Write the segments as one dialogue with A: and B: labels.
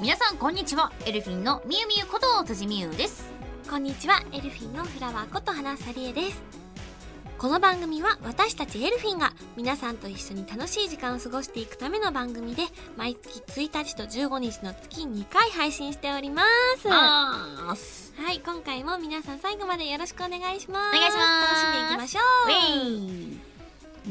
A: 皆さんこんにちはエルフィンのみゆみゆこと辻みゆです
B: こんにちは、エルフィンのフラワーこと花さりえです。この番組は私たちエルフィンが皆さんと一緒に楽しい時間を過ごしていくための番組で、毎月1日と15日の月2回配信しております。は
A: あーす
B: い、今回も皆さん最後までよろしくお願いします。
A: お願いします
B: 楽しんでいきましょ
A: ウ
B: う。
A: ェイ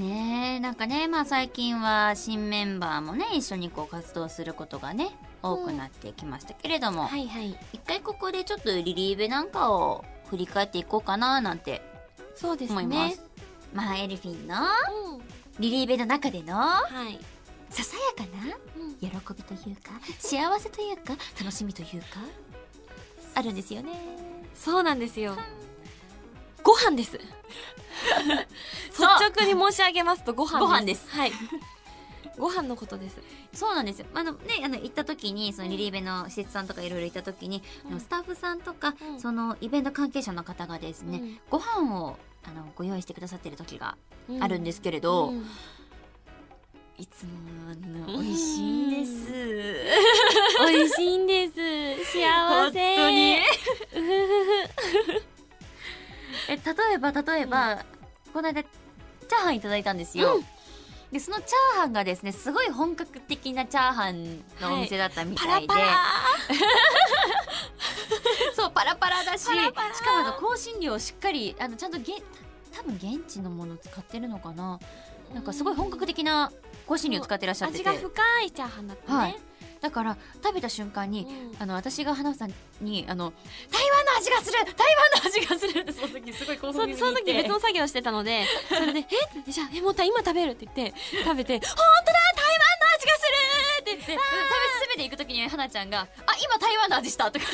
A: ねえなんかねまあ最近は新メンバーもね一緒にこう活動することがね多くなってきましたけれども、
B: はいはい。
A: 一回ここでちょっとリリーベなんかを振り返っていこうかななんて
B: そうです
A: 思
B: ね。
A: いますまあエルフィンの
B: うん。
A: リリーベの中での
B: はい。
A: ささやかな
B: うん
A: 喜びというか幸せというか楽しみというかあるんですよね
B: そうなんですよ。ご飯です。率
A: そう
B: 直に申し上げますとご飯です。
A: ご飯です
B: はい。ご飯のことです。
A: そうなんですよあのねあの行った時にそのリリーベの施設さんとかいろいろ行った時に、
B: うん
A: あのスタッフさんとか、
B: うん
A: そのイベント関係者の方がですね、
B: うん
A: ご飯をあのご用意してくださってる時があるんですけれど、
B: うん
A: いつもあ
B: う
A: の
B: ん
A: 美味しいんです。
B: 美味しいんです。幸せ。
A: 本当にえ例えば例えば、この間チャーハンいただいたんですよ、
B: うん
A: でそのチャーハンがですねすごい本格的なチャーハンのお店だったみ
B: パ
A: た
B: ラ
A: いで、
B: パラ。
A: そうパラパラだし
B: パラパラ
A: しかもあの香辛料をしっかりあのちゃんとげ多分現地のものを使ってるのかななんかすごい本格的な香辛料を使ってらっしゃって
B: 味
A: て
B: が深いチャーハンだったね。
A: はいだから食べた瞬間に、
B: うん
A: あの私が花さんにあの台湾の味がする台湾の味がするってその時すごい興
B: そ
A: 奮
B: う
A: 気
B: その
A: 味に
B: 時
A: 言って
B: 別の作業してたの で、それで、えじゃあ、え、もうた今食べるって言って、食べ て、本当だ台湾の味がするって言っ
A: 食べ進めていく時に花ちゃんが「あ今台湾の味した」と か
B: て、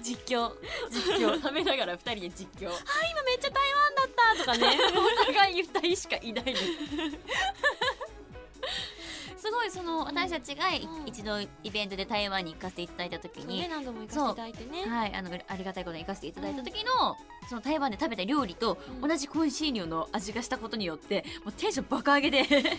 B: 実況。
A: 実況食べながら2人で実 況
B: 今めっちゃ台湾だったとかね。
A: お互い2人しかい ないですごいその私たちがい
B: うん
A: 一度イベントで台湾に行かせていただいた時
B: ね
A: に、
B: 何度も行かせていただいてね。
A: はい、あのありがたいことに行かせていただいた時の、その台湾で食べた料理と
B: うん
A: 同じ香辛料の味がしたことによってもうテンション爆上げで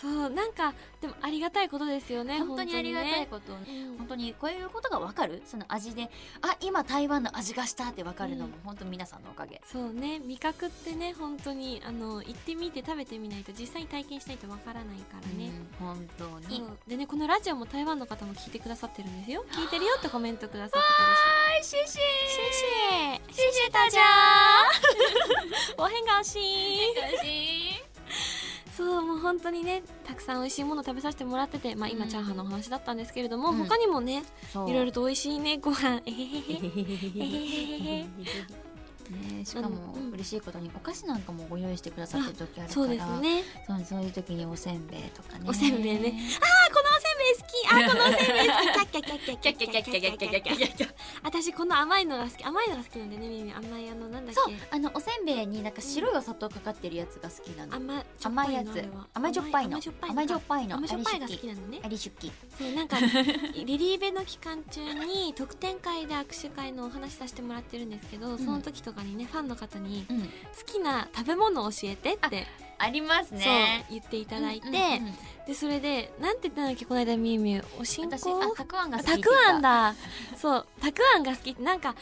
B: そうなんかでもありがたいことですよ ね
A: 本当にありがたいこ
B: こ
A: と、
B: と、うん
A: 本当にこういうことが分かるその味であ今台湾の味がしたって分かるのも
B: う
A: 本当皆さんのおかげ、
B: そうね味覚ってね本当にあの行ってみて食べてみないと実際に体験しないとわからないからね、
A: うん本当
B: そ
A: に
B: うでねこのラジオも台湾の方も聞いてくださってるんですよ聞いてるよってコメントくださって
A: はいシェシ
B: たりしてシェシェシェ
A: 大
B: 大
A: 家
B: 家お変顔しそうもう本当にねたくさん美味しいもの食べさせてもらっててまあ今、
A: うん
B: チャーハンのお話だったんですけれども、
A: うん
B: 他にもね
A: そう
B: いろいろと美味しいねご飯えへへへ
A: ねえしかも
B: うん
A: 嬉しいことにお菓子なんかもご用意してくださってる時あるから
B: そうですね
A: そうそういう時におせんべいとかね
B: おせんべいねあこのおせんべい好きあこのおせんべい好きキャッキャッキャッキ
A: キャ
B: ャッ
A: ッ
B: キ
A: キ
B: ャ
A: ャ
B: ッ
A: ッ
B: キ
A: キャ
B: ャッ
A: ッ
B: キ
A: キ
B: ャ
A: ャッキャ
B: ッキャッ
A: ッキャッキャッキャッキャッ
B: キャッキャッキャッキャッ
A: キャッ
B: 私この甘いのが好き甘いのが好きなんでねみみ甘いあのなんだっけ
A: そうあのおせんべいになんか白いお砂糖かかってるやつが好きなの
B: 甘
A: 甘いやつ甘じょっぱいの
B: 甘じょっぱい
A: 甘じょっぱいの
B: 甘じょっぱいが
A: あ
B: 好
A: れ
B: きなのね
A: アリシュキ
B: そうなんか リリーベの期間中に特典会で握手会のお話しさせてもらってるんですけど、
A: ん
B: その時とかにねファンの方に
A: うん
B: 好きな食べ物を教えてって、
A: あります
B: そう
A: ね
B: 言ってい
A: い
B: ただいて、でそれでなんて言ったんだっけこの間みゆみゆおしんこ
A: 私あたくあんが好き
B: たくあんだそうたくあんが好きってなんか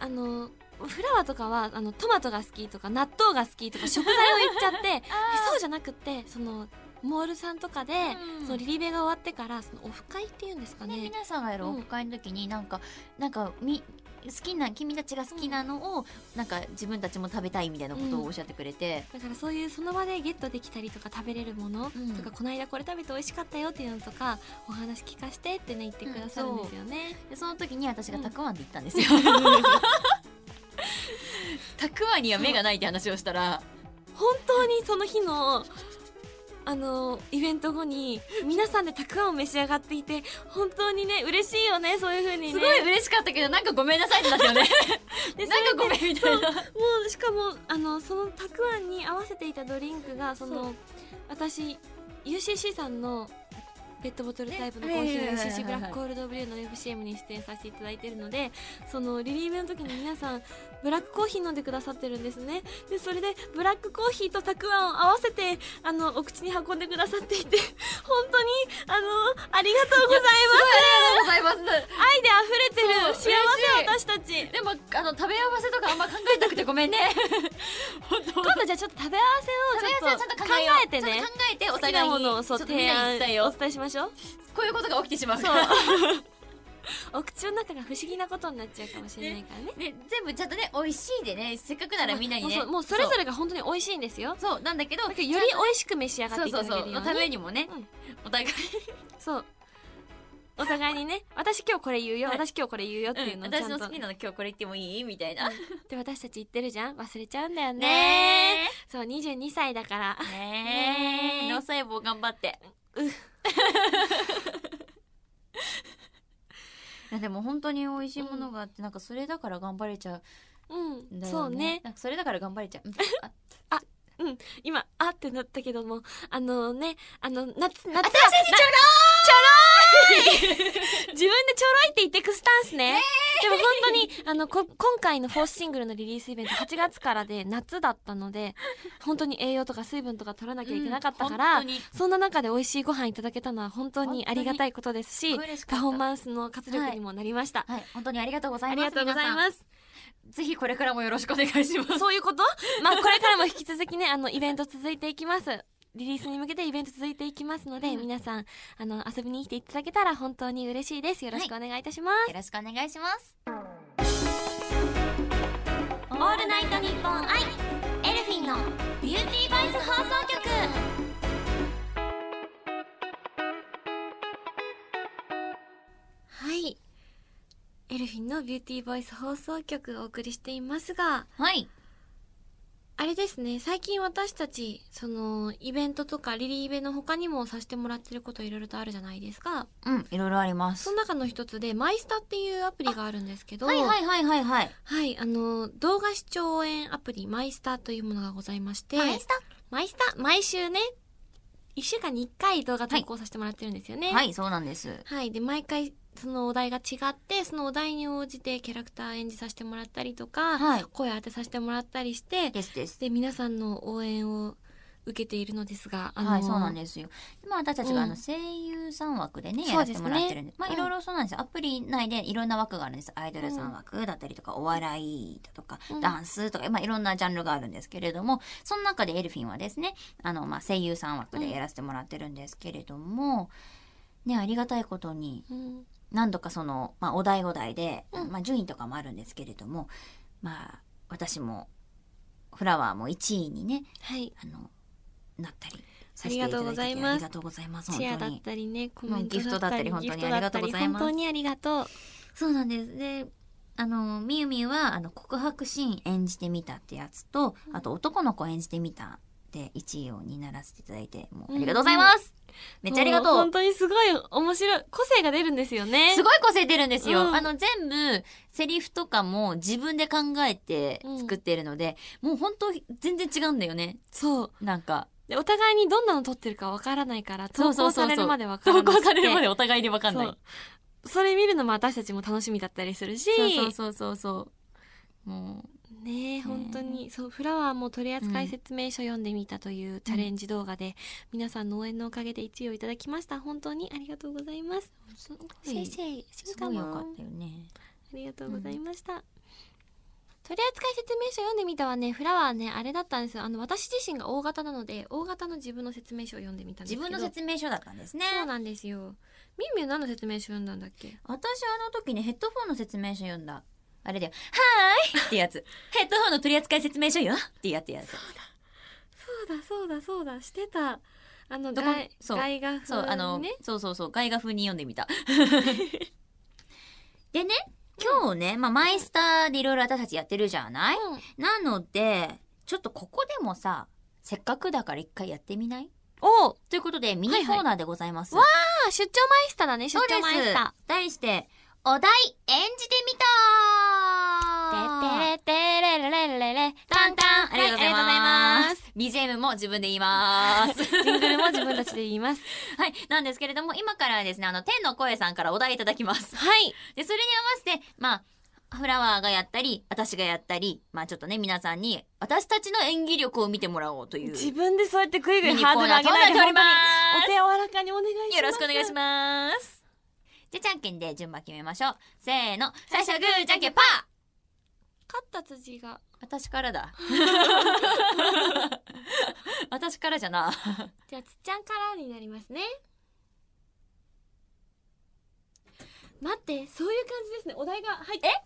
B: あのフラワーとかはあのトマトが好きとか納豆が好きとか食材を言っちゃ ってでそうじゃなくってそのモールさんとかで、
A: うん
B: そのリリベが終わってからそのオフ会っていうんですか
A: ね、
B: ね
A: 皆さんがやるオフ会の時になんか、なんかみ好きな君たちが好きなのを、なんか自分たちも食べたいみたいなことをおっしゃってくれて、
B: だからそういうその場でゲットできたりとか食べれるもの
A: うん
B: とか、この間これ食べて美味しかったよっていうのとかお話聞かしてってね言ってくださるんですよね、
A: でその時に私がたくあんで行ったんですよ、たくあんには目がないって話をしたら
B: 本当にその日のあのイベント後に皆さんでたくあんを召し上がっていて本当にね嬉しいよねそういう風にね
A: すごい嬉しかったけどなんかごめんなさいってなったよね
B: で
A: なんかごめんみたいな
B: もうしかもあのそのたくあんに合わせていたドリンクがその
A: そ
B: 私 UCC さんのペットボトルタイプのコーヒ
A: ね
B: ー
A: はいはいはい
B: を
A: はい
B: UCC ブラックコールドブリューの FCM に出演させていただいているのでそのリリーベの時に皆さんブラックコーヒー飲んでくださってるんですねでそれでブラックコーヒーとたくあんを合わせてあ のお口に運んでくださっていて本当にあのありがとうございます
A: ごめんね本当
B: 今度じゃあちょっと食べ合わ
A: 食べや
B: せをち
A: す
B: ょ
A: いち
B: っ
A: ゃ
B: と
A: んと
B: 考
A: 考えよう
B: えて
A: ちょ
B: ね
A: っと考えてお
B: 好き
A: 互
B: ない
A: に
B: ものをそう
A: ちょっとみん
B: 提
A: なに
B: 案
A: 伝えよ
B: お
A: う
B: 伝えしましょう
A: こういうことが起きてしまうから
B: お口の中が不思議なことになっちゃうかもしれないからね
A: ね、全部ちゃんとね美味しいでねせっかくならみんなにね
B: もうそうもうそれぞれが本当に美味しいんですよ
A: そうそうなんだけど
B: なんかより美味しく召し上がっ
A: そう
B: ていた
A: そ
B: だ
A: うそう
B: けるよ
A: の
B: う
A: ため
B: に
A: にもね、
B: うん
A: お互い
B: そうお互いにね私今日これ言うよ
A: はい
B: 私今日これ言うよっていうのをちゃ
A: 私
B: ん
A: の
B: と
A: 好きなの今日これ言ってもいいみたいなね
B: で私たち言ってるじゃん忘れちゃうんだよねそう22歳だから
A: えね
B: ねえ
A: え脳細胞頑張 って
B: う
A: いやでも本当に美味しいものがあって、なんかそれだから頑張れちゃ
B: う
A: うんんだよね
B: そうね
A: なんかそれだから頑張れちゃううん あ
B: 今あってなったけどもあのねあの夏夏は
A: 新しいちょろ
B: 自分でちょろいって言ってくスタンスね。でも本当に、あの、こ今回のフォースシングルのリリースイベント8月からで夏だったので、本当に栄養とか水分とか取らなきゃいけなかったから、
A: うん本
B: そんな中で美味しいご飯いただけたのは本当にありがたいことです
A: 当
B: し
A: に、嬉しか
B: パ
A: った
B: フォーマンスの活力にもなりました。
A: はい本当にありがとうござい
B: あ
A: ま
B: り
A: す
B: がとうござい
A: 皆
B: ます。
A: さんぜひこれからもよろしくお願いします
B: そういうこと まあ、これからも引き続きね、あの、イベント続いていきます。リリースに向けてイベント続いていきますので、
A: うん
B: 皆さん、あの、遊びに来ていただけたら本当に嬉しいです。よろしくお願いいたします。
A: よろしくお願いします。オ
B: オールナイトニッポンアイエルフィンのビューティーバイス放送局はいエルフィンのビューティーボイス放送局をお送りしていますが
A: はい。
B: あれですね最近私たちそのイベントとかリリーベの他にもさせてもらってることいろいろとあるじゃないですか
A: うん、いろいろありま
B: その中の一つでマイスタっていうアプリがあるんですけど
A: はいはいはいはいはい。
B: はい、あの、動画視聴応援アプリ、マイスターというものがございまして、マイスター毎週ね、1週間に1回動画投稿させてもらってるんですよね。。
A: はいい、そうなんです。
B: はい、で、毎回、そのお題が違って、そのお題に応じてキャラクター演じさせてもらったりとか、
A: はい
B: 声当てさせてもらったりして、
A: ですです。
B: で、皆さんの応援を受けているのですが、あの、
A: はい、そうなんですよ。今私たちがあ
B: う
A: の
B: ん
A: 声優さん枠でね、や
B: そう
A: ら
B: で
A: せ
B: す
A: て
B: ね
A: もらってるんで、まあ
B: うん
A: いろいろそうなんですよ。アプリ内でいろんな枠があるんです。アイドルさん枠だったりとか、お笑いだとか
B: うん、
A: ダンスとか、まあいろんなジャンルがあるんですけれども、その中でエルフィンはですね、あの、まあ声優さん枠でやらせてもらってるんですけれども、ね、ありがたいことに、
B: うん。
A: 何度かその、まあ、お題お題で、
B: うん
A: まあ、順位とかもあるんですけれども、まあ、私もフラワーも1位にね
B: はい。
A: あのなったりさせていただいて
B: ありがとうございます
A: ありがとうございます
B: チェ
A: 本
B: ア
A: 当
B: だっ
A: に
B: たりね、コメント
A: もうギフトだったり
B: ギフ
A: 本当
B: ト
A: にありがとうございます
B: 本当にありがとう。
A: そうなんですであのみゆみゆはあの告白シーン演じてみたってやつと、
B: うん
A: あと男の子演じてみたで1位をにならせていただいても
B: うん
A: うありがとうございます、めっちゃありがとう
B: 本当にすごい面白い。個性が出るんですよね。
A: すごい個性出るんですよ。
B: うん
A: あの、全部、セリフとかも自分で考えて作っているので、もう本当全然違うんだよね。
B: そう。
A: なんか、
B: で、お互いにどんなの撮ってるかわからないから、
A: そ
B: 投
A: うそ
B: 稿
A: うそ
B: さ
A: うそう
B: れるまでわからな
A: 投
B: い。
A: 稿されるまでお互いにわかんない。
B: そうそれ見るのも私たちも楽しみだったりするし。
A: そうそうそうそう。も
B: ねえ、本当に。そう、フラワーも取扱説明書読んでみたというチャレンジ動画で、皆さんの応援のおかげで1位をいただきました。本当にありがとうございます。
A: う、すご
B: シェイ
A: い、
B: シ
A: す
B: ェイ、しみか
A: ごい
B: も
A: よか
B: ん。
A: ったよね。
B: ありがとうございました。取扱説明書読んでみたはね、フラワーね、あれだったんですよ。あの、私自身が大型なので、大型の自分の説明書を読んでみたんです
A: 自
B: けど。
A: 分の説明書だったんですね。
B: そうなんですよ。みんみん何の説明書読んだんだっけ
A: 私あの時にヘッドフォンの説明書読んだ。あれだよ。はーいってや つ。ヘッドフォンの取扱説明書よってやってやつ。
B: そうだそうだそうだ、してた。あの、
A: どこ
B: 外
A: そう
B: 外画
A: そう、あ
B: 風
A: の
B: にね。、
A: そうそうそう、絵画風に読んで みた。でね、今日ね、まあ、マイスターでいろいろ私たちやってるじゃない、
B: うん
A: なので、ちょっとここでもさ、せっかくだから一回やってみない
B: おあ、
A: ということで、ミニコーナーでございます。
B: はい出張マイスターだね、出
A: そうで
B: 張マイス
A: す
B: タ。
A: 題して、お題演じてみた
B: ー。てれてれれれれれれ。
A: タンタンあ
B: あ
A: り
B: り
A: がと
B: がと
A: う
B: う
A: ご
B: ご
A: ざ
B: ざ
A: い
B: い
A: ま。
B: ます
A: BGM も自分で言います。
B: ジングルも自分たちで言います。
A: はい。なんですけれども、今からはですね、あの、天の声さんからお題いただきます。
B: はい。
A: で、それに合わせて、まあ、フラワーがやったり、私がやったり、まあちょっとね、皆さんに、私たちの演技力を見てもらおうという。
B: 自分でそうやってグイグ
A: ミ
B: イ
A: ニコ
B: ハ
A: ー
B: ードル
A: ナ
B: 上
A: ーとな
B: げない
A: っ
B: で
A: ており
B: 本
A: ます。
B: 当にお手柔らかにお願いします。
A: よろしくお願いし
B: す。
A: ます。じゃあ、じゃんけんで順番決めましょう。せーの。最初はグー、じゃんけんパー
B: 勝った辻が。
A: 私から だ。私からじゃな。
C: じゃあ、つっちゃんからになりますね。待って、そういう感じですね。お題が入って。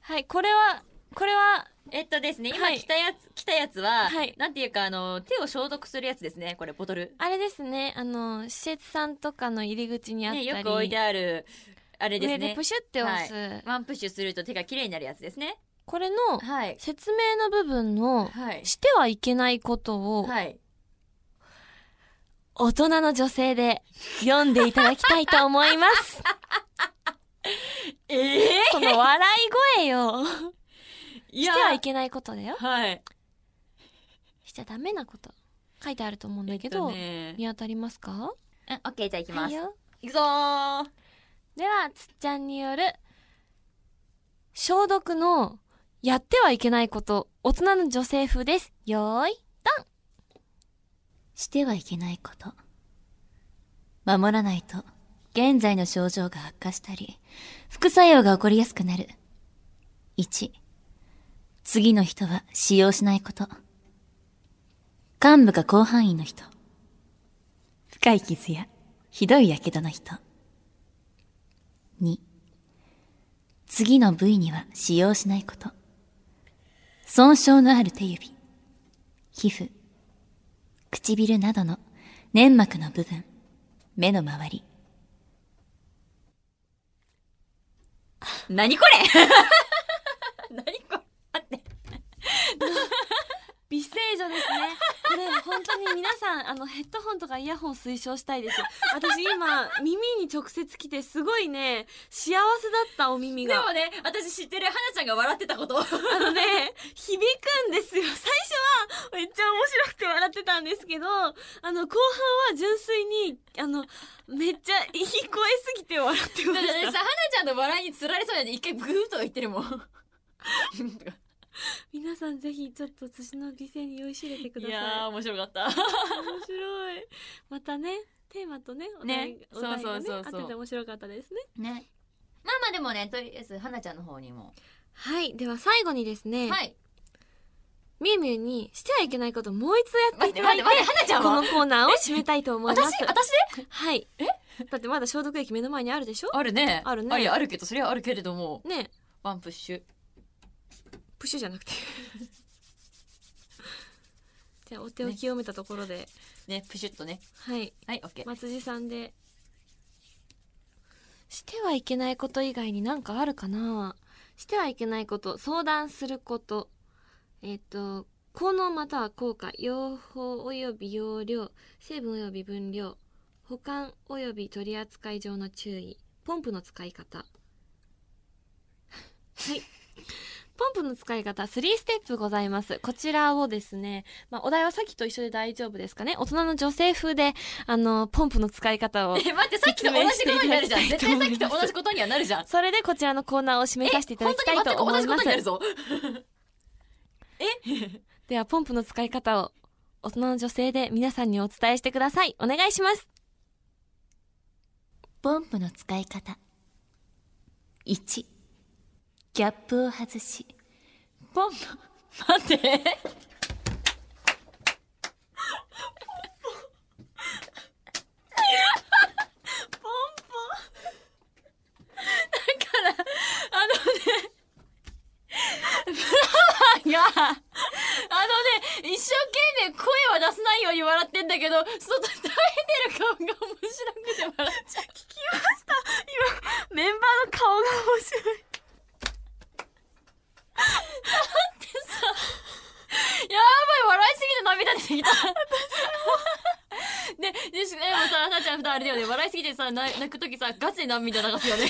B: はい、これは、これは、
A: えっとですね、今
B: はい
A: 来たやつ、来たやつは、
B: はい
A: なんていうか、あの、手を消毒するやつですね、これ、ボトル。
B: あれですね、あの、施設さんとかの入り口にあった
A: ね、
B: り、
A: よく置いてある、あれです
B: 上
A: ね
B: で。プシュって押す。
A: ワンプッシュすると手が綺麗になるやつですね。
B: これの、
A: はい。
B: 説明の部分の、
A: はい。
B: してはいけないことを、
A: はい。
B: 大人の女性で読んでいただきたいと思い ます。
A: ええ
B: この笑い声よ。
A: い
B: してはいけないことだよ。
A: はい。
B: しちゃダメなこと。書いてあると思うんだけ
A: えっ
B: ど、
A: とね、
B: 見当たりますか
A: うんオッケー、じゃあ行きま
B: はい
A: す。
B: よ。
A: 行くぞー
B: では、つっちゃんによる、消毒の、やってはいけないこと、大人の女性風です。よーい。
A: してはいけないこと。守らないと、現在の症状が悪化したり、副作用が起こりやすくなる。1、次の人は使用しないこと。幹部が広範囲の人。深い傷や、ひどい火傷の人。2、次の部位には使用しないこと。損傷のある手指、皮膚、唇などの粘膜の部分、目の周り。何これ 何こ
B: 美声女ですね。これ本当に皆さん、あのヘッドホンとかイヤホン推奨したいです。私今、耳に直接来てすごいね、幸せだったお耳
A: れで
B: が。
A: もね、私知ってる、はなちゃんが笑って たこと。
B: あのね、響くんですよ。最初はめっちゃ面白くて笑ってたんですけど、あの、後半は純粋に、あの、めっちゃいい声すぎて笑ってま
A: だって
B: し
A: さ、
B: た。
A: はなちゃんの笑いにつられそうやで、一回ブーッと言って るもん。
B: 皆さんぜひちょっと寿司の美声に酔いしれてくだ
A: い
B: さい。
A: やー、面白かった。
B: 面白い。またね、テーマとね、お題
A: ね
B: お題がね
A: そうそうそうそう
B: 合ってて面白かったですね。
A: ね。まあまあでもね、とりあえず、はなちゃんの方にも。
C: はい。では最後にですね、
A: はい。
C: みゆみゆにしてはいけないことをもう一度やって
A: 待
C: い
A: って
C: ただ
A: 待っ
C: い
A: て
C: て、
A: 待って、はなちゃん
C: この
A: は
C: コーナーを締めたいと思います。
A: 私私で
C: はい。えだってまだ消毒液目の前にあるでしょ
A: あるね。
C: あるね
A: あやあるけど、それはあるけれども、
C: ね
A: ワンプッシュ。
C: プシュじゃ なくて。じゃあ、お手を清めたところで、
A: ね、プシュッとね。
C: はい。
A: はい、オッケー。
C: 松地さんで。してはいけないこと以外になんかあるかなしてはいけないこと、相談すること。えっ、と、効能または効果、用法及び用量、成分及び分量、保管及び取り扱い上の注意、ポンプの使い方。 はい。ポンプの使い方、3ステップございます。こちらをですね、まあ、お題はさっきと一緒で大丈夫ですかね。大人の女性風で、あの、ポンプの使い方 を。
A: え、待って、さっきと同じことになるじゃん。絶対さっきと同じことにはなるじゃん。
B: それでこちらのコーナーを締めさせていただきたいと思います。
A: ぞ。
B: では、ポンプの使い方を大人の女性で皆さんにお伝えしてください。お願いします。
A: ポンプの使い方。1、キャップを外し、ポンプ、待って。が、あのね、一生懸命声は出さないように笑ってんだけど、外に耐えてる顔が面白くて笑っちゃう。
B: メンバーの顔が面白い。
A: やばい、笑いすぎて涙出てきた。ね、でし、でもさ、はなちゃん普段あれだよね、笑いすぎてさ、な泣くときさ、ガチで涙流すよね。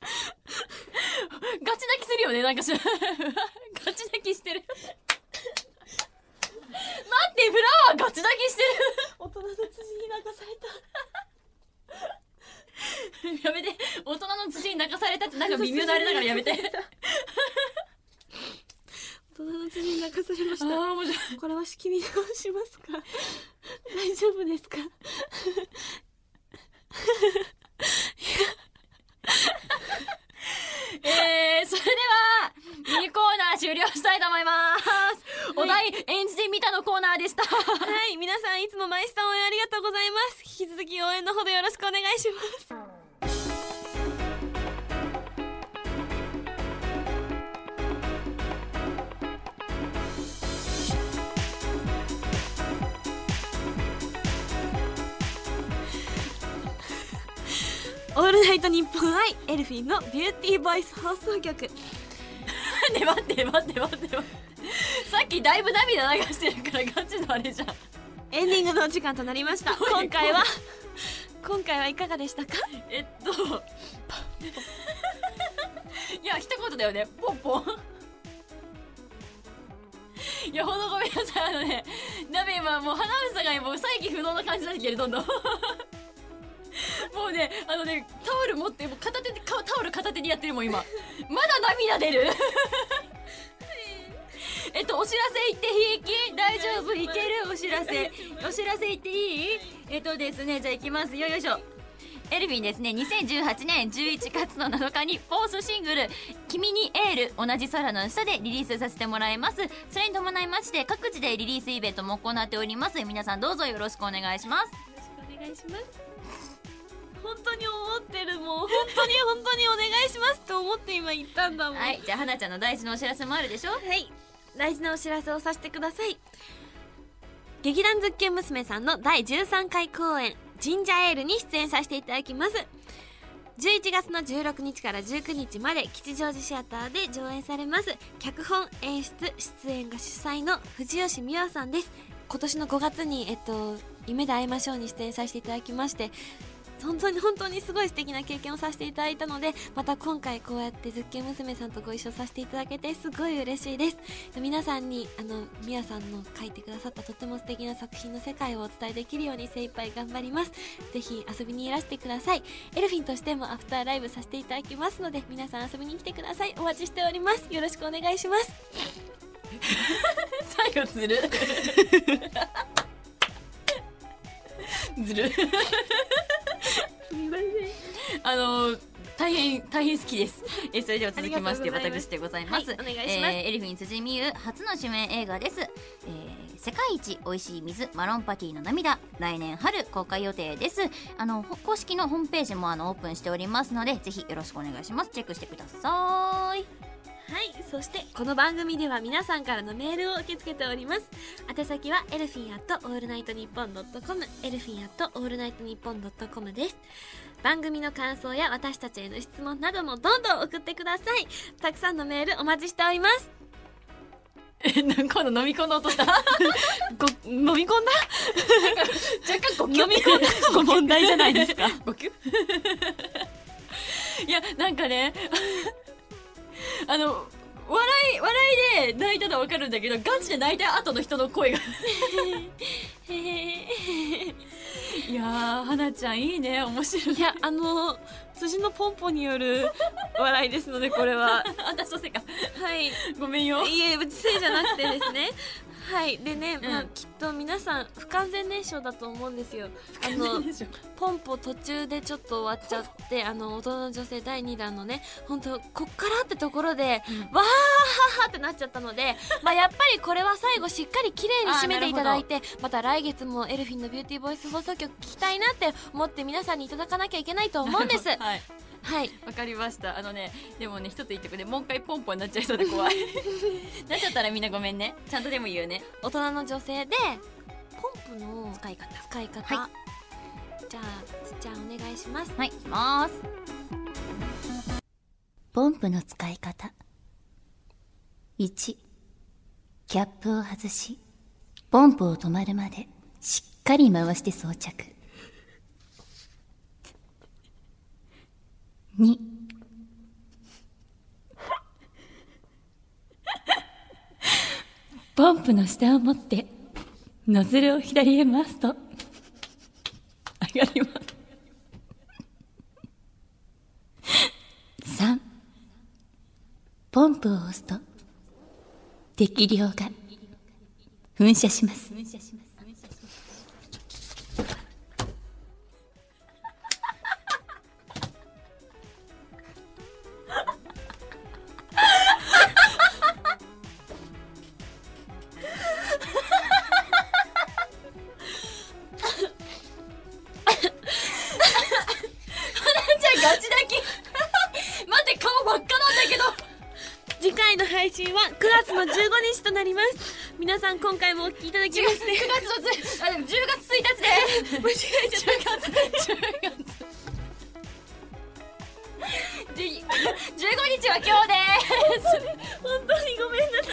A: ガチ泣きするよね、なんかしら。ガチ泣きしてる。待って、フラワーガチ泣きして
B: 大人の辻に泣かされた。
A: る。やめて、大人の土に泣かされたってなんか微妙なあれだからやめて。
B: 大人の辻に泣かされま
A: あ
B: し
A: 面白い。
B: た。これは仕切り直しますか 大丈夫ですかいや
A: えー、それでは、ミニ
B: き応援のほどよろしくお願いします。 オールナイトニッポンアイエルフィンのビューティーボイス放送局
A: って待って待って待って待ってさっきだいぶ涙流してるからガチのあれじゃん
B: エンディングのお時間となりました
A: どういう
B: 今回 は今回はいかがでしたか
A: えっと いや一言だよねポンポンいやほんとごめんなさいあのね鍋今もう花房がもう再起不能な感じになってきてるどんどんも うねあのねタオル持ってもう片手でかタオル片手にやってるもん今 まだ涙出る えっとお知らせ言っていい大丈夫いけるお知らせお知らせ言っていいえっとですねじゃあいきますよよいしょエルフィンですね2018年11月の7日にフォースシングル「君にエール」同じ空の下でリリースさせてもらいますそれに伴いまして各地でリリースイベントも行っております皆さんどうぞよろしくお願いします
B: よろしくお願いします本当に思ってるもう本当に本当にお願いしますと思って今言ったんだもん
A: はいじゃあ花ちゃんの大事なお知らせもある でしょ
B: はい大事なお知らせをさせてください劇団ズッキュン娘さんの第13回公演「ジンジャーエール」に出演させていただきます11月の16日から19日まで吉祥寺シアターで上演されます脚本演出出演が主催の藤吉美和さんです今年の5月に、えっと「夢で会いましょう」に出演させていただきまして本当に本当にすごい素敵な経験をさせていただいたのでまた今回こうやってズッケン娘さんとご一緒させていただけてすごい嬉しいです皆さんにあのミヤさんの書いてくださったとても素敵な作品の世界をお伝えできるように精一杯頑張りますぜひ遊びにいらしてくださいエルフィンとしてもアフターライブさせていただきますので皆さん遊びに来てくださいお待ちしておりますよろしくお願いします
A: 最後ずる ずる
B: すみません
A: あの大変大変好きです。えそれでは続きまして
B: ありがとうございます
A: 私でございます。
B: はいお願いします
A: えーエルフィン辻美優初の主演映画です。えー世界一美味しい水マロンパティの涙来年春公開予定です。あのほ公式のホームページもあのオープンしておりますのでぜひよろしくお願いします。チェックしてください。
B: はい、そしてこの番組では皆さんからのメールを受け付けております。宛先はエルフィンアットオールナイトニッポンドットコム、エルフィンアットオールナイトニッポンドットコムです。番組の感想や私たちへの質問などもどんどん送ってください。たくさんのメールお待ちしており ます。
A: えなんか飲み込んだ音した。若
B: ご飲み込んだ
A: 干ご
B: 飲み込ん だの問題じゃ ないですか。
A: ごきゅいやなんかねあの笑い笑いで泣いたのはわかるんだけどガチで泣いた後の人の声が
B: へへへ
A: いやー花ちゃんいいね面白い
B: いや、あの、辻のポンポによる笑いですので、これは。
A: 私のせいか
B: はい。
A: ごめんよ
B: いえ、うちせいじゃなくてで すね。はい、でね、まあ
A: うん、
B: きっと皆さん不完全燃焼だと思うんですよ。あ
A: あ
B: の
A: の、
B: ポンポ途中でちょっと終わっちゃって、あの、大人の女性第2弾のね、本当こっからってところで、わーははってなっちゃったので、まあ、やっぱりこれは最後しっかり綺麗に締めていただいて、また来月もエルフィンのビューティーボイス放送局聞きたいなって思って皆さんにいただかなきゃいけないと思う んです。
A: はい
B: はい。
A: わかりましたあのねでもね一つ言ってくれもう一回ポンポンになっちゃいそうで怖い なっちゃったらみんなごめんねちゃんとでも言うね
B: 大人の女性で、ポンプの
A: 使い方
B: 使い方、
A: は
B: じゃあつっちゃんお願いします
A: はい、いきます。ポンプの使い方。1、キャップを外し、ポンプを止まるまで、しっかり回して装着。2、ポンプの下を持って、ノズルを左へ回すと、上がります。3ポンプを押すと適量が噴射します
B: 次回の配信は9月の15日となります皆さん今回もお聞きいただきまして
D: 9月のつ、あ、でも10月1日です。間違えちゃった。10月、10月。じゅ15日は今日です
B: 本当にごめんなさ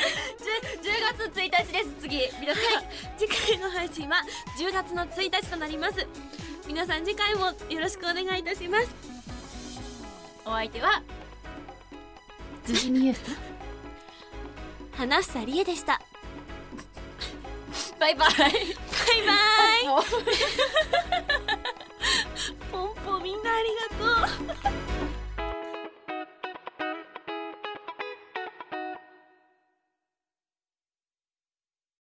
D: 10,
B: い
D: 10月1日です次皆さん
B: 次回の配信は10月の1日となります皆さん次回もよろしくお願いいたします
D: お相手は
A: ズジミユー
E: 話したりえでした
D: バイバイ
B: バイバ イ
D: もう